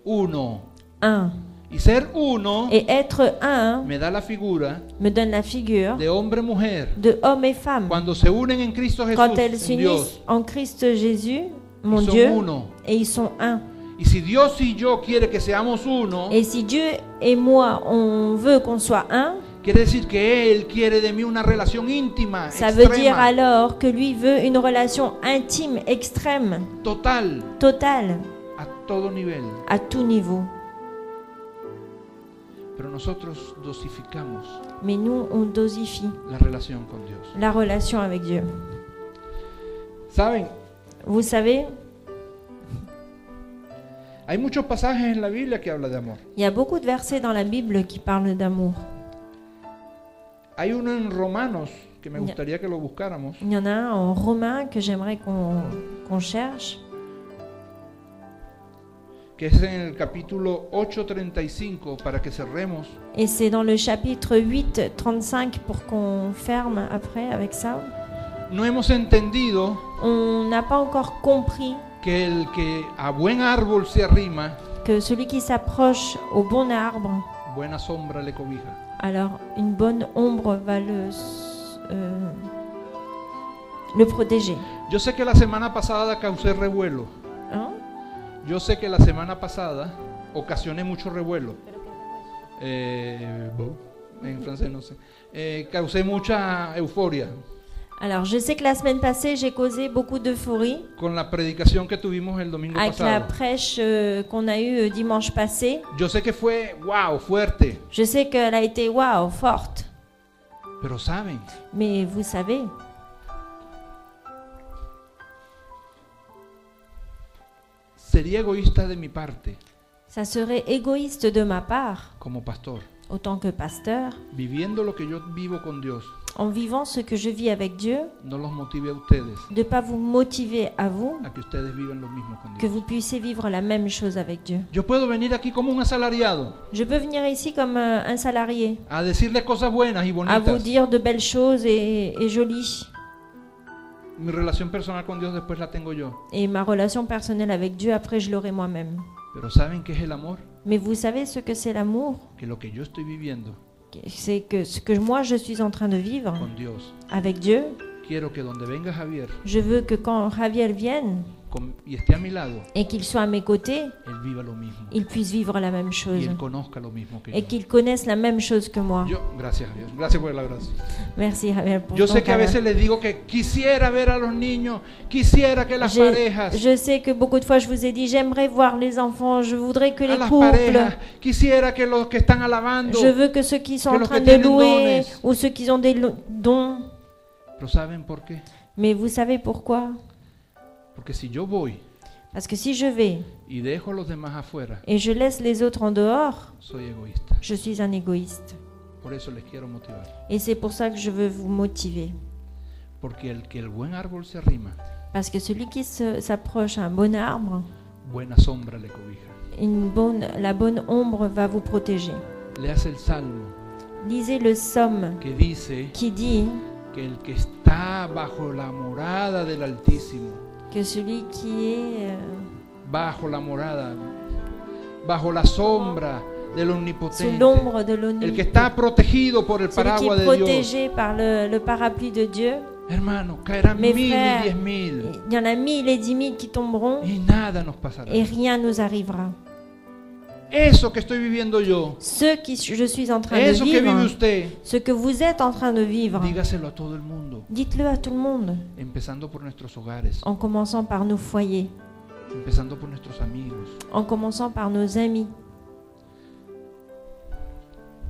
uno. un. Y ser uno Et être un me da la figura me donne la figure de hombre-mujer. de homme et femme. Cuando se unen en Cristo Jesús, Quand elles en s'unissent Dios, en Christ Jésus, mon y son Dieu, uno. et ils sont un. Y si Dios y yo quiere que seamos uno, Et si Dieu et moi, on veut qu'on soit un, quiere decir que Él quiere de mí una relación íntima, ça veut dire extrema, alors que lui veut une relation intime, extrême, total, totale, a todo nivel. à tout niveau. Pero nosotros dosificamos Mais nous, on dosifie la relación con Dios. la relation avec Dieu. Saben, Vous savez, hay muchos pasajes en la Biblia que habla de amor. il y a beaucoup de versets dans la Bible qui parlent d'amour. Hay uno en Romanos que me Ya. gustaría que lo buscáramos. Il y en a un en romain que j'aimerais qu'on qu'on cherche. que es en el capítulo 8:35, para que cerremos. Et c'est dans le chapitre 8, 35 pour qu'on ferme après avec ça. No hemos entendido On n'a pas encore compris que el que a buen árbol se arrima, que celui qui s'approche au bon arbre, buena sombra le cobija. alors une bonne ombre va le, s- euh, le protéger. Yo sé que la semana pasada causé revuelo. Hein Yo sé que la semana pasada ocasioné mucho revuelo. Eh, bo- en francés no sé. Eh, causé mucha euforia alors je sais que la semaine passée, j'ai causé beaucoup d'euphorie con la predicación que tuvimos el domingo avec la pasado. prêche euh, qu'on a eue euh, dimanche passé. Yo sé que fue, wow, fuerte. Je sais qu'elle a été waouh, forte. Pero saben, Mais vous savez, sería egoísta de mi parte ça serait égoïste de ma part, como pastor, autant que pasteur, viviendo lo que yo vivo con Dios, en vivant ce que je vis avec Dieu, no los motive a ustedes de ne pas vous motiver à vous a que ustedes vivan lo mismo con que Dios. vous puissiez vivre la même chose avec Dieu. Yo puedo venir aquí como un asalariado Je peux venir ici comme euh, un salarié, a decirles cosas buenas y à vous bonitas. dire de belles choses et, et jolies. Mi relación personal con Dios después la tengo yo. Et ma relation personnelle avec Dieu, après, je l'aurai moi-même. Pero ¿saben qué es el amor? Mais vous savez ce que c'est l'amour Que lo que yo estoy viviendo C'est que ce que moi, je suis en train de vivre con Dios, avec Dieu. quiero que donde venga Javier Je veux que quand Javier vienne con- y esté a mi lado, et qu'il soit à mes côtés, él viva lo mismo. il puisse vivre la même Y chose él conozca lo mismo que et yo. qu'il connaisse la même chose que moi. Yo, gracias a Dios, gracias por el abrazo. Merci Javier pour Yo ton sé que a câlin. veces les digo que quisiera ver a los niños, quisiera que las Je, parejas, je sais que beaucoup de fois je vous ai dit j'aimerais voir les enfants, je voudrais que a les las couples, parejas, quisiera que los que están alabando. je veux que ceux qui sont que en los train que de tienen louer dones. ou ceux qui ont des lo- dons. Pero ¿saben por qué? Mais vous savez pourquoi Porque si yo voy Parce que si je vais y dejo a los demás afuera, et je laisse les autres en dehors, soy egoísta. je suis un égoïste. Por eso les quiero motivar. Et c'est pour ça que je veux vous motiver. Porque el que el buen árbol se arrima, Parce que celui qui se- s'approche à un bon arbre, buena sombra le cobija. une bonne, la bonne ombre va vous protéger. Le hace el salmo Lisez le Somme que dice qui dit que el que está bajo la morada del Altísimo, que celui qui est euh, bajo la morada, bajo la sombra del sous Omnipotente, l'ombre de el que l'ONU, está protegido por el celui qui paraguas est de Dios. protégé par le, le parapluie de Dieu, Hermano, caerán Mes mil y frères, diez mil il y en a mille et dix mille qui tomberont y nada nos pasará. et rien ne nous arrivera. Eso que estoy viviendo yo, Ce que je suis en train de eso que vive vivre, usted, ce que vous êtes en train de vivre, dígaselo a todo el mundo, dites-le à tout le monde, empezando por nuestros hogares, en commençant par nos foyers, empezando por nuestros amigos. en commençant par nos amis.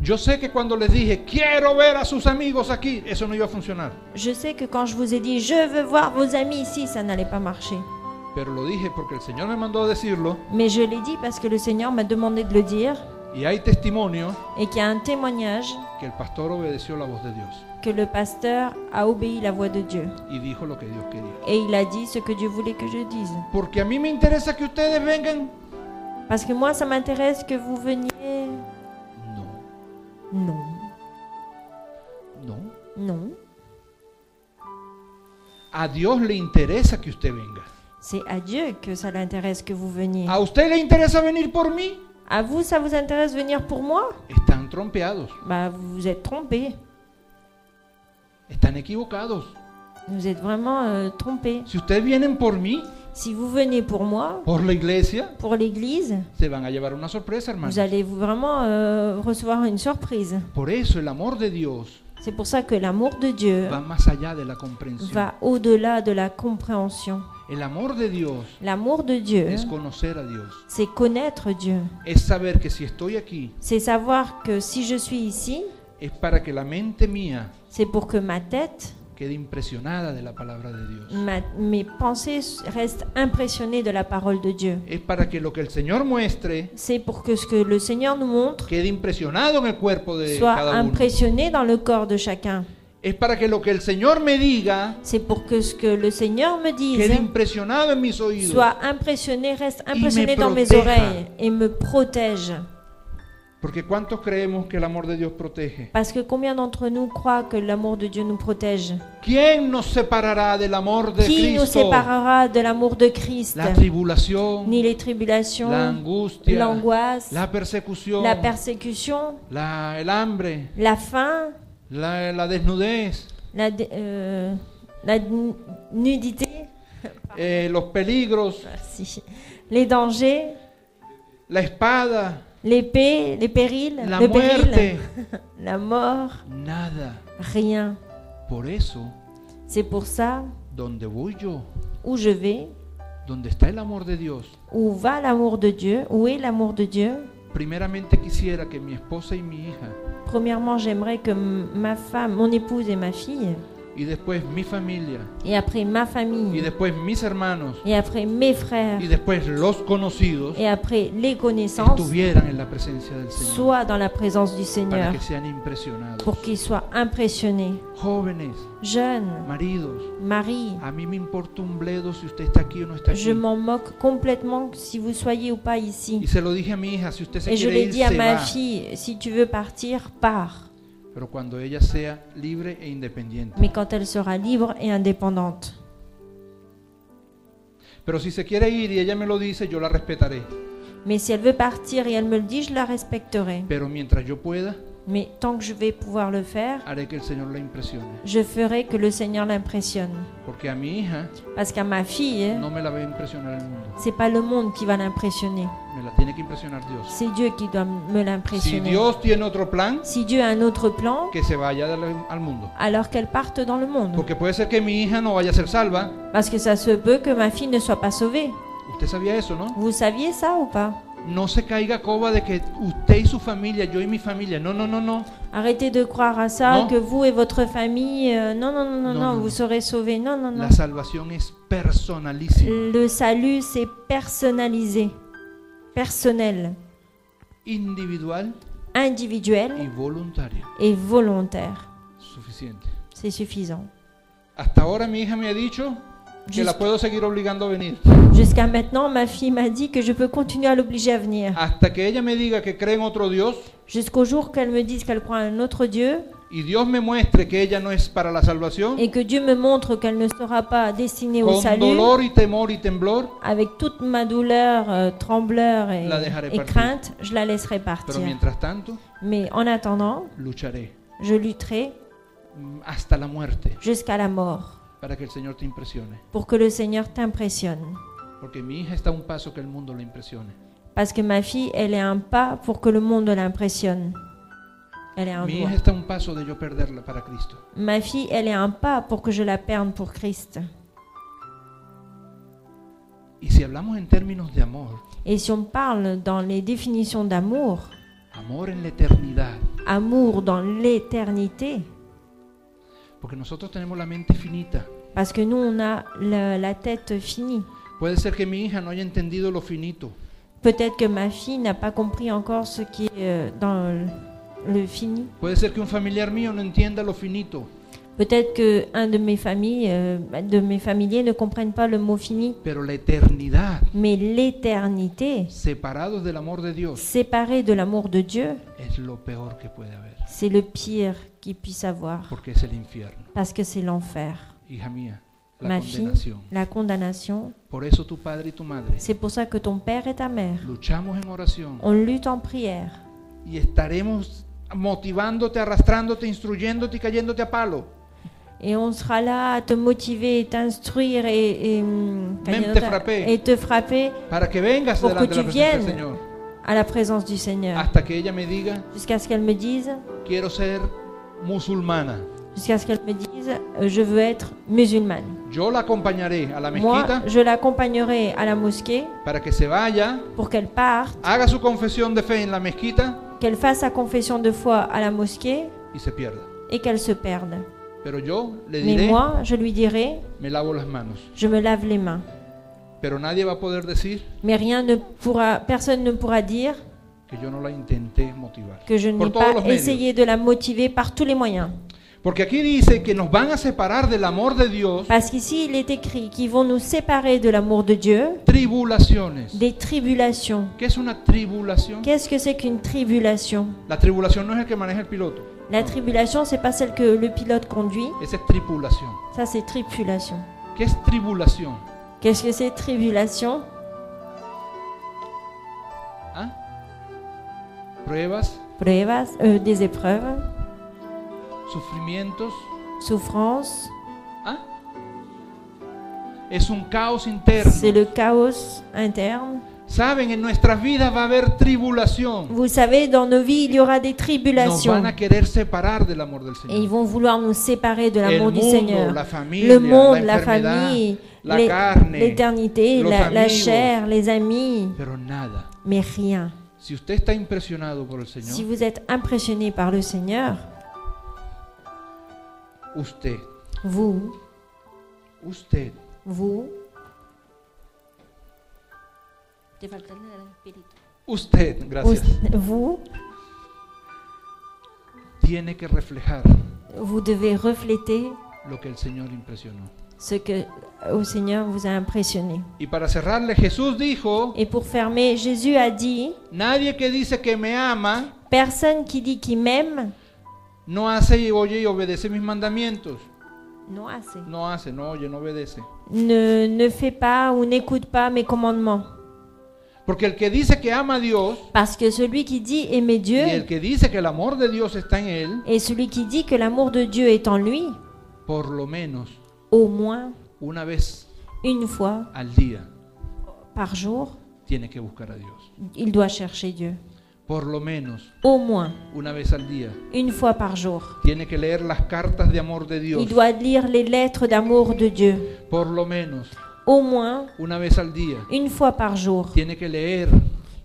Yo sé que cuando les dije, quiero ver a sus amigos aquí, eso no iba a funcionar. Je sais que quand je vous ai dit je veux voir vos amis ici, ça n'allait pas marcher. Pero lo dije porque el Señor me mandó a decirlo Mais je l'ai dit parce que le Seigneur m'a demandé de le dire y hay testimonio et qu'il y a un témoignage que el pastor obedeció la voz de Dios que le pasteur a obéi la voix de Dieu y dijo lo que Dios quería. et il a dit ce que Dieu voulait que je dise. Porque a mí me interesa que ustedes vengan. Parce que moi, ça m'intéresse que vous veniez. No, Non, no. non. A Dios le interesa que usted venga. C'est à Dieu que ça l'intéresse que vous veniez. ¿A usted le interesa venir por mí? À vous, ça vous intéresse venir pour moi Están trompeados, Bah, vous vous êtes trompé. están equivocados. Vous êtes vraiment euh, trompé. Si ustedes vienen por mí, Si vous venez pour moi, por la iglesia, pour l'Église, se van a llevar una sorpresa, hermano. vous allez vous vraiment euh, recevoir une surprise. Por eso el amor de Dios C'est pour ça que l'amour de Dieu va más allá de la comprensión. va au-delà de la compréhension. El amor de Dios L'amour de Dieu, es conocer a Dios. c'est connaître Dieu. Es saber que si estoy aquí C'est savoir que si je suis ici, es para que la mente mía c'est pour que ma tête, quede impresionada de la palabra de Dios. ma- mes pensées s- restent impressionnées de la parole de Dieu. Es para que lo que el Señor muestre C'est pour que ce que le Seigneur nous montre quede impresionado en el cuerpo de soit cada uno. impressionné dans le corps de chacun. Es para que lo que el Señor me diga C'est pour que ce que le Seigneur me quede dise impresionado en mis oídos. soit impressionné, reste me impressionné dans mes proteja. oreilles et me protège. Porque ¿cuántos creemos que el amor de Dios protege? Parce que combien d'entre nous croient que l'amour de Dieu nous protège ¿Quién nos separará del amor de Qui nous Cristo? séparera de l'amour de Christ La tribulación, Ni les tribulations, la angustia, l'angoisse, la persecución, la persécution, la- el hambre, la faim, la, la desnudez, la, dé- euh, la nu- nudité, eh, los peligros, merci, les dangers, la espada, l'épée, les périls, la le muerte, péril, la mort, nada. rien. Por eso, C'est pour ça, donde voy yo, où je vais, donde está el amor de Dios, où va l'amour de Dieu, où est l'amour de Dieu primeramente quisiera que mi esposa y mi hija, Premièrement, j'aimerais que m- ma femme, mon épouse et ma fille, y después mi familia, et après ma y famille, después mis hermanos, et après mes frères, y después los conocidos, et après les connaissances, estuvieran en la presencia del Señor, soient dans la présence du para Seigneur, que sean impresionados. pour qu'ils soient impressionnés. Jóvenes, Jeunes, maridos, Marie, a mí me importa un bledo si usted está aquí o no está je aquí. m'en moque complètement si vous soyez ou pas Y ici. se lo dije a mi hija, si usted se Et je quiere l'ai ir, dit à se ma va. fille, si tu veux partir, pars. Pero cuando ella sea libre e independiente. Mais quand elle sera libre et indépendante. Pero si se quiere ir y ella me lo dice, yo la respetaré. Mais si elle veut partir et elle me le dit, je la respecterai. Pero mientras yo pueda, Mais tant que je vais pouvoir le faire, haré que el Señor la impresione. je ferai que le Seigneur l'impressionne. Porque a mi hija Parce qu'à ma fille, no me la ve impresionar el mundo. c'est pas le monde qui va l'impressionner. Me la tiene que impresionar Dios. C'est Dieu qui doit me Si l'impressionner. Dios tiene otro plan, Si Dieu a un autre plan, que se vaya de la- al mundo. alors qu'elle parte dans le monde. Porque puede ser que mi hija no vaya a ser salva. Parce que ça se peut que ma fille ne soit pas sauvée. Usted sabía eso, ¿no? Vous saviez ça ou pas No se caiga coba de que usted y su familia, yo y mi familia. No, no, no, no. Arrêtez de croire à ça, Non. que vous et votre famille, euh, non, non, non, non, Non, non, non, vous non. serez sauvés. Non, non, non. La salvación es personalísima. Le salut, c'est personnalisé, personnel, Individual y individuel voluntaria. et volontaire. Suficiente. C'est suffisant. Hasta ahora mi hija me ha dicho que la Jusqu- puedo seguir obligando a venir. Jusqu'à maintenant, ma fille m'a dit que je peux continuer à l'obliger à venir. Hasta que ella me diga que cree en otro Dios Jusqu'au jour qu'elle me dise qu'elle croit en un autre Dieu y Dios me muestre que ella no es para la salvación, et que Dieu me montre qu'elle ne sera pas destinée au con salut, dolor y temor y temblor, avec toute ma douleur, euh, trembleur et, La dejaré et partir. crainte, je la laisserai partir. pero mientras tanto Mais en attendant, lucharé je lutterai mm, hasta la muerte jusqu'à la mort para que el Señor te impresione. pour que le Seigneur t'impressionne. Porque mi hija está a un paso que el mundo le impresione. Parce que ma fille, elle est un pas pour que le monde l'impressionne. Elle est un Mi doigt. hija está a un paso de yo perderla para Cristo. Ma fille, elle est un pas pour que je la perde pour Christ. Y si hablamos en términos de amor, Et si on parle dans les définitions d'amour, amor en la eternidad, amour dans l'éternité, porque nosotros tenemos la mente finita. parce que nous, on a le- la tête finie. Puede ser que mi hija no haya entendido lo finito, Peut-être que ma fille n'a pas compris encore ce qui est euh, dans le, le fini. puede ser que un familiar mío no entienda lo finito, Peut-être que un de mes familles, euh, de mes familiers ne comprennent pas le mot fini. pero la eternidad, Mais l'éternité, separados del amor de Dios, séparée de l'amour de Dieu, es lo peor que puede haber, c'est le pire qu'il puisse avoir, porque es el infierno, parce que c'est l'enfer. hija mía, la Ma fille, condenación. la condamnation, Por eso tu padre y tu madre c'est pour ça que ton père et ta mère, luchamos en oración on lutte en prière, y estaremos motivándote, arrastrándote, instruyéndote y cayéndote a palo. et on sera là à te motiver, t'instruire et, et, hum, Même te frapper. et te frapper Para que vengas Pour que delante de la tu presencia del viennes. Señor. à la présence du Seigneur, Hasta que ella me diga, jusqu'à ce qu'elle me dise, quiero ser musulmana. jusqu'à ce qu'elle me dise, euh, je veux être musulmane. Yo la acompañaré a la hein? Moi, mezquita je l'accompagnerai à la mosquée para que se vaya, pour qu'elle parte. haga su confesión de fe en la mezquita qu'elle fasse sa confession de foi à la mosquée y se pierda. et qu'elle se perde. Pero yo le Mais diré, moi, je lui dirai, me lavo las manos. je me lave les mains. Pero nadie va a poder decir Mais rien ne pourra, personne ne pourra dire que yo no la intenté motivar. que je n'ai Por todos los pas medios. essayé de la motiver par tous les moyens. Porque aquí dice que nos van a separar del amor de Dios Parce qu'ici, il est écrit qu'ils vont nous séparer de l'amour de Dieu, tribulaciones. des tribulations. ¿Qué es una tribulación? Qu'est-ce que c'est qu'une tribulation La tribulación no es el que maneja el piloto. La No, tribulation, c'est pas celle que le pilote conduit, esa es tripulación. ça c'est tribulation. ¿Qué es tribulación? Qu'est-ce que c'est tribulation ¿Ah? Pruebas, Pruebas, euh, des épreuves, sufrimientos. souffrances, ¿Ah? Es un caos interno. C'est le chaos interne. Saben, en nuestras vidas va a haber tribulación. Vous savez, dans nos vies, il y aura des Nos tribulations. van a querer separar del amor del Et ils Señor. vont vouloir nous séparer de l'amour El du mundo, Seigneur. la familia, Le monde, la la enfermedad, famille, la l'é- carne, l'éternité, los la, la amigos. chair, les amis, Pero nada. mais rien. Si usted está impresionado por el Si Señor, vous êtes impressionné par le Seigneur, usted, vous, usted vous, Usted, gracias, vous, tiene que reflejar vous devez refléter lo que el Señor impresionó. ce que au Seigneur vous a impressionné. Y para cerrarle, Jesús dijo, Et pour fermer, Jésus a dit, nadie que dice que me ama personne qui dit qu'il m'aime, no hace y oye y obedece mis mandamientos. non assez. No hace, no oye, no obedece. ne, ne fais pas ou n'écoute pas mes commandements. Porque el que dice que ama a Dios Parce que celui qui dit aimer y Dieu el que dice que el amor de Dios está en él, et celui qui dit que l'amour de Dieu est en lui, por lo menos au moins una vez une fois al día par jour, tiene que buscar a Dios. il doit chercher Dieu. Por lo menos Au moins una vez al día une fois par jour. tiene que leer las cartas de amor de Dios. Il doit lire les lettres d'amour de Dieu. Por lo menos Au moins una vez al día une fois par jour. tiene que leer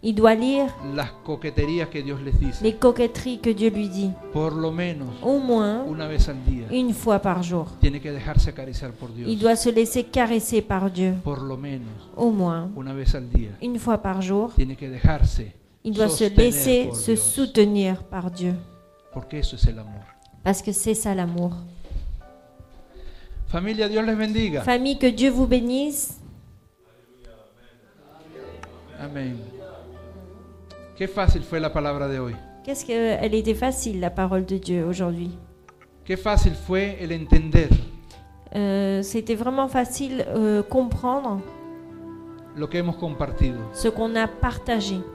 Il doit lire las coqueterías que Dios les dice, les coquetteries que Dieu lui dit. por lo menos Au moins una vez al día. une fois par jour. Tiene que dejarse acariciar por Il Dios, doit se laisser caresser par Dieu. por lo menos Au moins una vez al día. une fois par jour. Tiene que dejarse Il doit se sostener laisser por se Dios, soutenir par Dieu. porque eso es el amor. Parce que c'est ça l'amour. Familia, Dios les bendiga. Famille, que Dieu vous bénisse. Amén. Qué fácil fue la palabra de hoy. Qu'est-ce qu'elle était facile, la parole de Dieu, aujourd'hui. Qué fácil fue el entender Euh, C'était vraiment facile euh, comprendre lo que hemos compartido. ce qu'on a partagé.